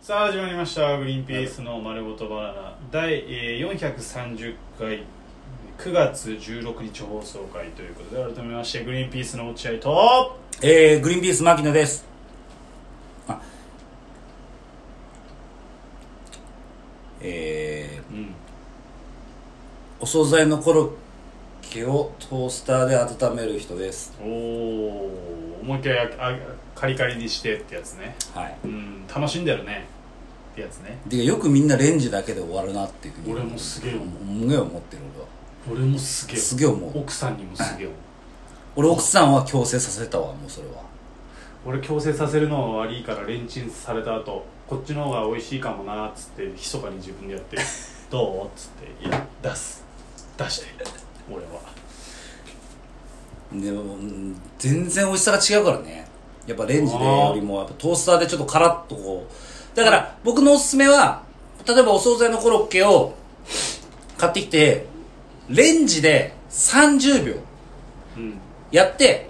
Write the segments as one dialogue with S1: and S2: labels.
S1: さあ始まりました「グリーンピースの丸ごとバナナ」第えー430回9月16日放送回ということで改めましてグリーンピースの落合と
S2: えー、グリーンピース牧野ですあえー
S1: うん
S2: お惣菜のコロッケをトースターで温める人です
S1: おおもう一回ああカリカリにしてってやつね
S2: はい
S1: うん楽しんでるねってやつね
S2: でよくみんなレンジだけで終わるなっていうふうに
S1: 俺もすげえ思う
S2: すげえ思ってる俺は
S1: 俺もすげえ
S2: すげえ思う
S1: 奥さんにもすげえ思う
S2: 俺奥さんは強制させたわもうそれは
S1: 俺強制させるのは悪いからレンチンされた後こっちの方が美味しいかもなっつって密かに自分で やって「どう?」っつって「いや出す出して俺は
S2: でもうん全然美味しさが違うからねやっぱレンジでよりもやっぱトースターでちょっとカラッとこうだから僕のおすすめは例えばお惣菜のコロッケを買ってきてレンジで30秒
S1: うん
S2: やって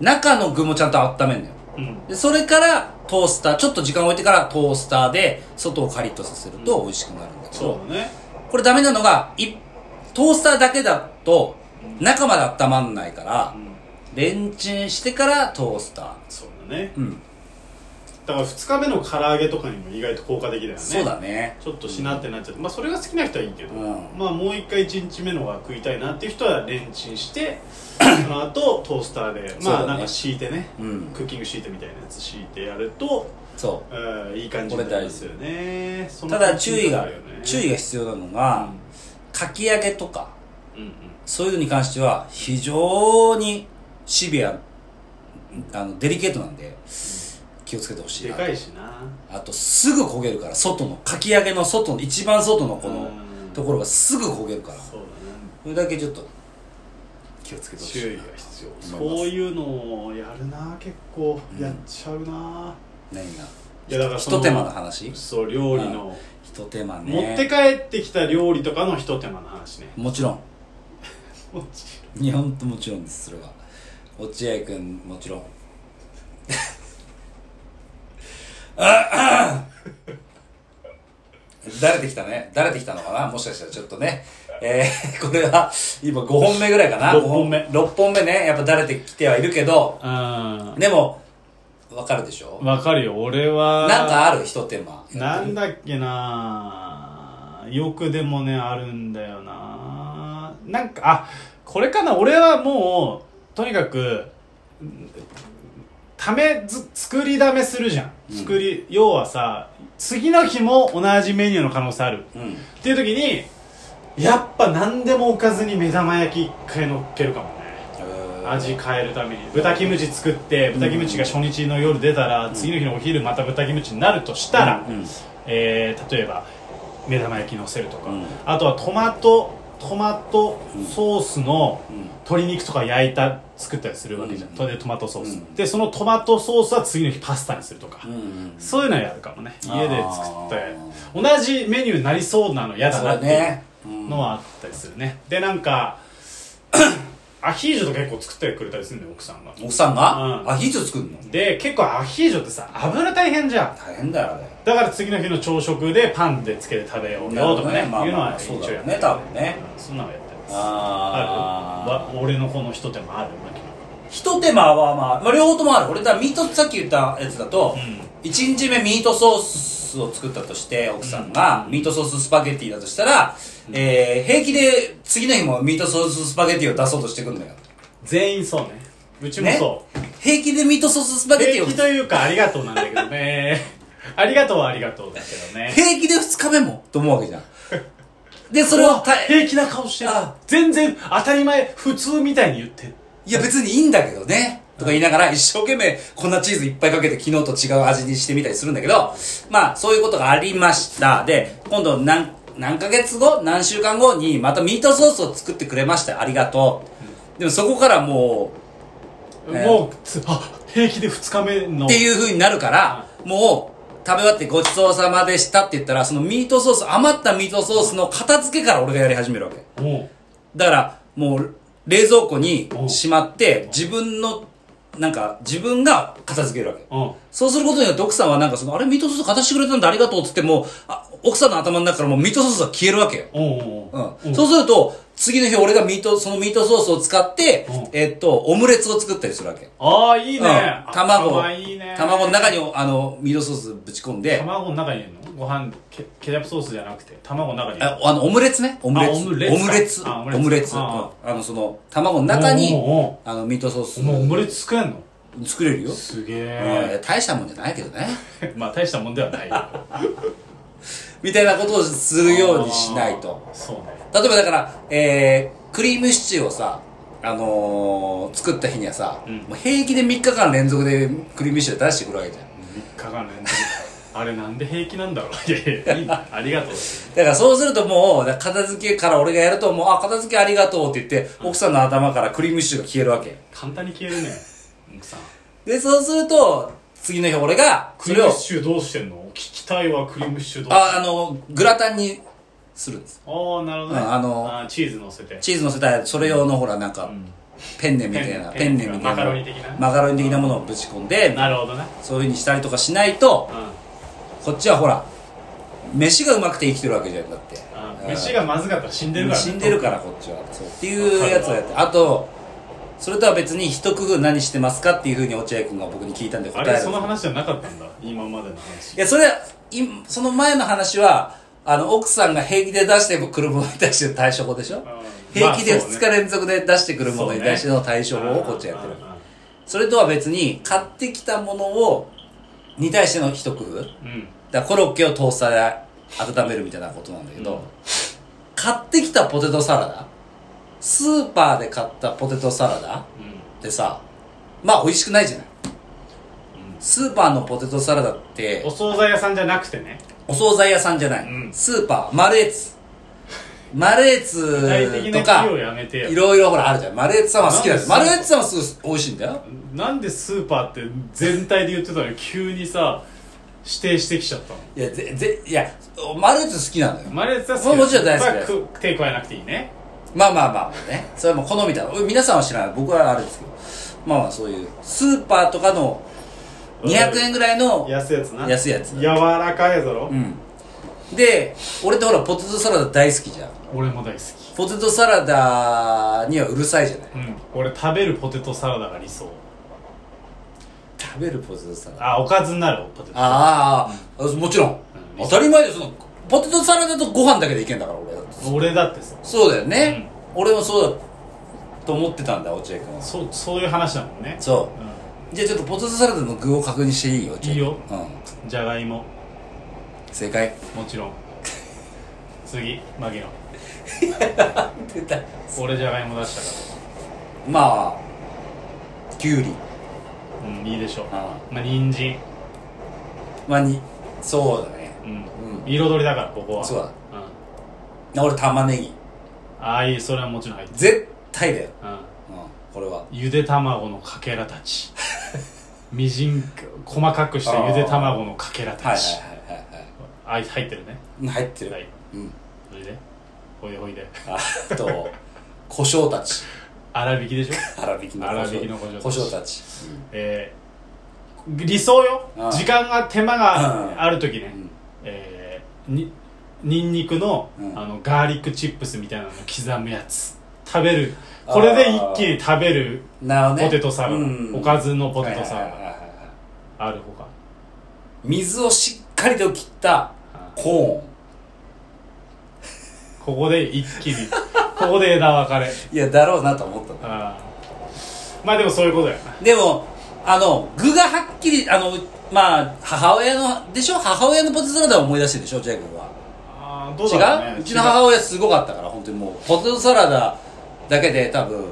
S2: 中の具もちゃんと温めるのよ
S1: うん
S2: でそれからトースターちょっと時間置いてからトースターで外をカリッとさせると美味しくなるんだけど、
S1: そうだね
S2: これダメなのがいトースターだけだと中まで温まんないから、
S1: うん
S2: レンチンしてからトースター
S1: そうだね
S2: うん、
S1: だから2日目の唐揚げとかにも意外と効果的だよね
S2: そうだね
S1: ちょっとしなってなっちゃって、まあそれが好きな人はいいけど、
S2: うん
S1: まあもう一回1日目のが食いたいなっていう人はレンチンして その後トースターで
S2: そう
S1: ま
S2: だ
S1: あ
S2: ね
S1: なんか敷いてね、
S2: うん
S1: クッキングシートみたいなやつ敷いてやると
S2: そ
S1: うんいい感じになりますよねそうの
S2: ただ注意が、
S1: 感じになるよね
S2: 注意が必要なのが、かき揚げとか
S1: うんうん
S2: そういうのに関しては非常にシビアあのデリケートなんで気をつけてほしい
S1: で
S2: な
S1: かいしな
S2: あとすぐ焦げるから外のかき揚げの外の一番外のこ
S1: う
S2: の
S1: ん
S2: ところがすぐ焦げるからそ
S1: そうだね
S2: れだけちょっと気をつけてほしい
S1: 注意が必要そう
S2: う
S1: いうのをやるな結構
S2: うん
S1: やっちゃうな、
S2: 何が
S1: いやだから
S2: ひ
S1: その
S2: と手間の話
S1: そう料理の、
S2: ひと手間ね
S1: 持って帰ってきた料理とかの一手間の話ね
S2: もちろん
S1: もち
S2: 日本ともちろんですそれは落合君もちろんだれてきたねだれてきたのかなもしかしたらちょっとねえー、これは今5本目ぐらいかな
S1: 六本目
S2: 6本目ねやっぱだれてきてはいるけど
S1: ろん
S2: でもわかるでしょ
S1: わかるよ俺は
S2: なんかあるひと手間
S1: なんだっけなよくでもねあるんだよななんかあこれかな俺はもうとにかくんためず作りだめするじゃん作り、要はさ次の日も同じメニューの可能性ある
S2: うん
S1: っていう時にやっぱ何でもおかずに目玉焼き一回乗っけるかもね味変えるために豚キムチ作って豚キムチが初日の夜出たら、次の日のお昼また豚キムチになるとしたら、
S2: うんうん
S1: えー例えば目玉焼きのせるとか、
S2: うん
S1: あとはトマトトマトソースの
S2: ん
S1: 鶏肉とか焼いた作ったりするわけじゃん、
S2: うん
S1: それでトマトソース、
S2: うん
S1: でそのトマトソースは次の日パスタにするとか、
S2: うんうん
S1: そういうのはやるかもね家で作って
S2: あ
S1: 同じメニューになりそうなの嫌だ
S2: そう
S1: な
S2: だ
S1: っていう
S2: ね、うん
S1: のはあったりするねでなんかアヒージョとか結構作ってくれたりするんだよ奥さんが
S2: 奥さんが、
S1: うん
S2: アヒージョ作るの
S1: で結構アヒージョってさ油大変じゃん
S2: 大変だよあれ
S1: だから次の日の朝食でパンでつけて食べようよとかね
S2: なるほどねまあまあ
S1: いうのは一
S2: そう
S1: 応
S2: だ
S1: や
S2: よ
S1: って
S2: ね多分ね
S1: うんそんなのやってます
S2: あ
S1: あるわ俺のこの一手間あるマキ
S2: ひと手間はまあ、まあ、両方ともある俺だからミートさっき言ったやつだと、一1日目ミートソースを作ったとして奥さんが、ミートソーススパゲッティだとしたら、えー、平気で次の日もミートソーススパゲッティを出そうとしてくんだよ
S1: 全員そうねうちもそう、
S2: 平気でミートソーススパゲッティ
S1: 平
S2: を
S1: 気というかありがとうなんだけどね ありがとうはありがとうだけどね
S2: 平気で2日目もと思うわけじゃんでそれをたい
S1: 平気な顔してる
S2: あ
S1: 全然当たり前普通みたいに言ってる
S2: や別にいいんだけどねとか言いながら一生懸命粉チーズいっぱいかけて昨日と違う味にしてみたりするんだけどまあそういうことがありましたで今度何何ヶ月後何週間後にまたミートソースを作ってくれましたありがとうでもそこからもね
S1: もうつあ平気で2日目の
S2: うっていう風になるからもう食べ終わってごちそうさまでしたって言ったらそのミートソース余ったミートソースの片付けから俺がやり始めるわけ
S1: もう
S2: だからもう冷蔵庫にしまって自分のなんか自分が片付けるわけ。
S1: うん。
S2: そうすることによって奥さんはなんかその、あれ、ミートソース片してくれたんだありがとうって言ってもうあ、奥さんの頭の中からもうミートソースが消えるわけよ。
S1: うんうん。
S2: うん。そうすると、次の日俺がミート、そのミートソースを使って、
S1: うん
S2: えっと、オムレツを作ったりするわけ。
S1: ああ、いいね。
S2: うん卵を
S1: 頭いいね。
S2: 卵の中に、あの、ミートソースぶち込んで、
S1: 卵の中に入れるのご飯ケ、ケチャップソースじゃなくて、卵の中に入れる
S2: ああの、オムレツね。オムレツ。
S1: あオムレツか
S2: オムレツ。
S1: あオムレ
S2: オ
S1: ツ
S2: ムレツうん
S1: あ
S2: あの、その、卵の中
S1: おう
S2: に、
S1: おうおう
S2: あの、ミートソー
S1: お前オ
S2: ス
S1: ムレツ作れんの
S2: 作れるよ。
S1: すげ
S2: う
S1: え
S2: ん大したもんじゃないけどね。
S1: まあ大したもんではないよ
S2: みたいなことをするようにしないと。
S1: あーそうね
S2: 例えばだから、えー、クリームシチューをさ、あのー、作った日にはさ、
S1: うん
S2: もう平気で3日間連続でクリームシチュー出してくるわけじゃん。
S1: 3日間連続あれなんで平気なんだろういやいやいいなありがとう
S2: だからそうするともう、片付けから俺がやるともう、あ、片付けありがとうって言って、奥さんの頭からクリームシチューが消えるわけ。
S1: 簡単に消えるね奥さん
S2: で、そうすると、次の日俺が、
S1: ク
S2: そ
S1: リ
S2: れ
S1: ー
S2: を
S1: ム、シチューどうしてんの聞きたいわクリームシチューどう
S2: あ、あの、グラタンにするんです。
S1: ああなるほどね
S2: うんあの
S1: ーチーズ乗せて
S2: チーズ乗せたそれ用のほら、なんか、
S1: ん
S2: ペンネみたいな、
S1: ペ
S2: ペ
S1: ン
S2: ン
S1: ネ
S2: ネみたいな。
S1: マカロニ的な
S2: マカロニ的なものをぶち込んで、
S1: なるほどね
S2: そういう風にしたりとかしないと
S1: う、ん
S2: こっちはほら、飯がうまくて生きてるわけじゃん、だって。
S1: あ
S2: う
S1: ー
S2: ん
S1: 飯がまずかったら死んでるからね
S2: 死んでるからこっちはそうっていうやつをやってあとそれとは別に一工夫何してますかっていうふうに落合君が僕に聞いたんで答
S1: あ
S2: え
S1: れ
S2: る
S1: その話じゃなかったんだ今までの話
S2: いやそれはいその前の話はあの奥さんが平気で出してくるものに対しての対処法でしょ平気で2日
S1: れ
S2: 連続で出してくるものに対しての対処法をこっちはやってるそれとは別に買ってきたものをに対しての一工夫だか
S1: うん
S2: らコロッケをトースターで温めるみたいなことなんだけど、
S1: うん
S2: 買ってきたポテトサラダスーパーで買ったポテトサラダ
S1: うん
S2: ってさまあ美味しくないじゃない
S1: うん
S2: スーパーのポテトサラダって
S1: お惣菜屋さんじゃなくてね
S2: お惣菜屋さんじゃない、
S1: うん
S2: スーパーマルエツマルエ
S1: 具体的
S2: ツ
S1: な
S2: と
S1: 企
S2: か
S1: 業をやめて
S2: い
S1: よ
S2: ろいろほらあるじゃんマルエツさんは好きだよマ
S1: なん
S2: ル
S1: でスーパー
S2: エツさんはすごい美味しいんだよ
S1: なんでスーパーって全体で言ってたのに急にさ指定してきちゃったの
S2: いやぜぜいやマルエツ好きなのよ
S1: マレーツは好き
S2: も
S1: だ
S2: うもちろん大好きだよ
S1: やっぱ食手加えなくていいね
S2: まあまあまあね。それはもう好みだ。皆さんは知らない。僕はあれですけど。まあまあそういう。スーパーとかの200円ぐらいの。
S1: 安いやつな
S2: 安いやつ
S1: 柔らかいやつだろ、
S2: うん。で、俺ってほらポテトサラダ大好きじゃん。
S1: 俺も大好き
S2: ポテトサラダにはうるさいじゃない。
S1: うん俺食べるポテトサラダが理想
S2: 食べるポテトサラダ。あ
S1: あおかずになるポテトサラ
S2: あああ、もちろん。
S1: うん
S2: 当たり前です。そのポテトサラダとご飯だけでいけんだから俺だって。
S1: ダ俺だってさ
S2: そうだよね。俺もそうだと思ってたんだ、落合君は。
S1: そうそういう話だもんね
S2: そうう。じゃあちょっとポテトサラダの具を確認していいよ、落合君
S1: いいよ
S2: うん。
S1: んじゃがいも
S2: 正解。
S1: もちろん次マ ギロン
S2: 出た
S1: 俺じゃがいも出したか
S2: まあきゅうり
S1: らうんいいでしょう
S2: あ
S1: まあ人参
S2: まあにそうだね
S1: うん
S2: うん
S1: 彩りだからここは
S2: そうだ
S1: うん、
S2: 俺玉ねぎ
S1: ああいいそれはもちろん入ってる、
S2: 絶対だよ、
S1: うん、
S2: うん、これは
S1: ゆで卵のかけらた ちみじん細かくしたゆで卵のかけら
S2: は
S1: た
S2: い
S1: ち
S2: はいはいはいは
S1: あい入ってるね
S2: い入ってる、
S1: はい
S2: うん
S1: それでほいでほいで
S2: あと胡椒たち
S1: 粗挽きで しょ
S2: 粗挽きの
S1: 粗挽きの胡椒
S2: 胡椒たち、
S1: えー、理想よ
S2: ああ
S1: 時間が手間
S2: うん
S1: がある時ね、
S2: うん
S1: えー、ににんにくの,、
S2: うん
S1: あのガーリックチップスみたいなの刻むやつ食べるこれで一気に食べる
S2: なるほどね
S1: ポテトサラダ、
S2: うん
S1: おかずのポテトサラダ、
S2: はいはいはいはいはい
S1: あるほか
S2: 水をしっかりと切ったコ
S1: ここで一気にここで枝分かれ
S2: ーンいやだろうなと思ったの
S1: あーまあでもそういうことや
S2: でも、あの、具がはっきり、あの、まあ、母親の、でしょ母親のポテトサラダを思い出してるでしょジェイ君は。
S1: あーどうだろう、ね、
S2: 違ううちの母親すごかったから、本当にもう、ポテトサラダだけで多分、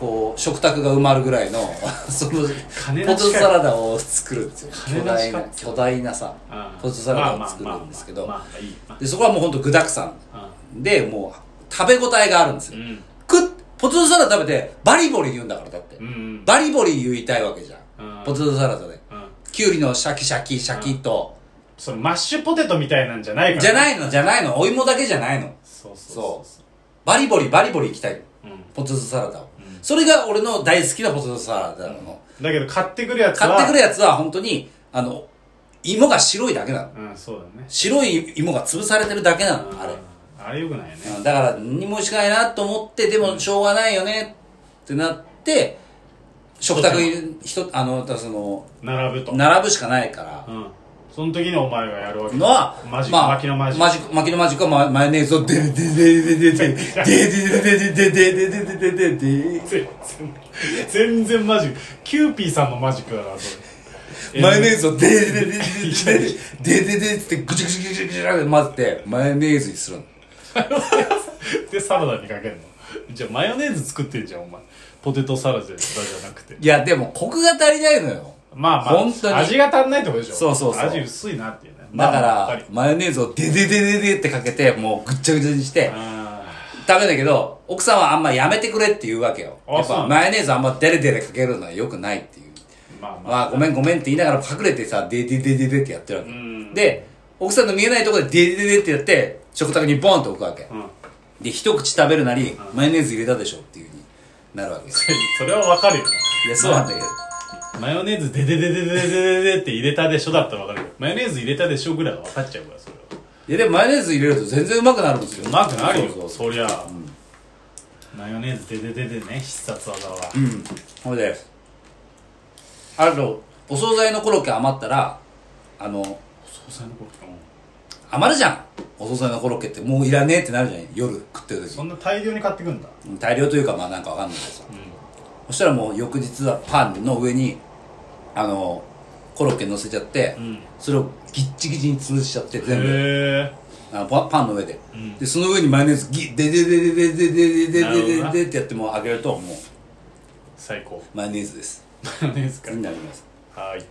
S2: こう、食卓が埋まるぐらいの、 その、ポ
S1: 金
S2: テ
S1: な
S2: ト
S1: しか
S2: サラダを作るんですよ。
S1: 金
S2: 巨
S1: なし
S2: 大
S1: か
S2: な、巨大なさ、
S1: あー
S2: ポテトサラダを作るんですけ
S1: まあ
S2: ど、
S1: まあまあまあまあいいま
S2: で、そこはもう本当具だくさ
S1: あ
S2: んで、もう、食べ応えがあるんです
S1: う
S2: よ。
S1: ん
S2: くっ、ポテトサラダ食べて、バリボリ言うんだから、だって。
S1: うん
S2: バリボリ言いたいわけじゃん。
S1: うん
S2: ポテトサラダで。
S1: うん
S2: きゅうりのシャキシャキシャキと。
S1: それマッシュポテトみたいなんじゃないから
S2: じゃないの、じゃないの。お芋だけじゃないの。
S1: そうそうそうそ
S2: バリボリバリボリいきたい。
S1: ううん
S2: ポテトサラダを。
S1: うん
S2: それが俺の大好きなポテトサラダなの。
S1: だけど買ってくるやつは
S2: 買ってくるやつは本当に、あの、芋が白いだけなの。
S1: うんそうだね
S2: 白い芋が潰されてるだけなの、あれ。
S1: あれよくないよね
S2: うんだから、何も美味しくないなと思って、でもしょうがないよねってなって、食卓に、ひと、あの、だからその、
S1: 並ぶと
S2: 並ぶしかないから。
S1: うんその時にお前がやるわけ
S2: のは、
S1: マジ
S2: まあ、
S1: 巻きのマジ
S2: マジック、マキのマジックはママヨネーズをででででででででででででででで
S1: 全
S2: でで
S1: 然全然マジキューピーさんのマジックだなそれ
S2: マヨネー
S1: ズ
S2: ズをでででででででででってぐちぐちぐちぐちぐちって混ぜて、マヨネーズにするの。
S1: でサラダにかけるのじゃあマヨネーズ作ってんじゃんお前ポテトサラダじゃなくて
S2: いや、でもコクが足りないのよ。
S1: まあまあ
S2: 本当に
S1: 味が足んないってことでしょ
S2: そうそうそう
S1: 味薄いなっていうね
S2: だか
S1: まあわ
S2: ら
S1: り、
S2: マヨネーズをでででででってかけて、もうぐっちゃぐちゃにして、
S1: あ
S2: ダメだけど、奥さんはあんまやめてくれって言うわけよ。
S1: あ
S2: やっ
S1: そうな
S2: ぱ
S1: の
S2: マヨネーズあんまデレデレかけるのは良くないっていう。
S1: ーまあまあ
S2: まあ、ごめんごめんって言いながら隠れてさ、でででででってやってるわけ。
S1: ん
S2: で、奥さんの見えないところででででってやって、食卓にボンと置くわけ。
S1: うん
S2: で、一口食べるなり、マヨネーズ入れたでしょっていう風になるわけです。
S1: それはわかるよない
S2: や、そうなんだけど。
S1: マヨネーズででででででででって入れたでしょだったらわかるけどマヨネーズ入れたでしょぐらいは分かっちゃうからそれはい
S2: や、でもマヨネーズ入れると全然うまくなるんですよ。
S1: うまくなるよ
S2: そう
S1: そ
S2: そうそう
S1: りゃ、マヨネーズでででででね必殺技は、
S2: うん。ほいで、あと、お惣菜のコロッケ余ったら、あの、
S1: 総裁のこと
S2: 余るじゃん。お惣菜のコロッケってもういらねえってなるじゃん。夜食ってる時
S1: そんな大量に買ってくんだ
S2: 大量というかまあなんかわかんないけどさ、そしたらもう翌日はパンの上にあのコロッケ乗せちゃって、
S1: ん
S2: それをギッチギチに潰しちゃって
S1: へ
S2: 全部
S1: え
S2: あのパパンの上で、
S1: ん
S2: でその上にマヨネーズギッでででででででで
S1: なるほ
S2: で
S1: どな
S2: ででってやってもうあげるともう
S1: 最高
S2: マヨネーズです
S1: マヨネーズか
S2: になります
S1: はーい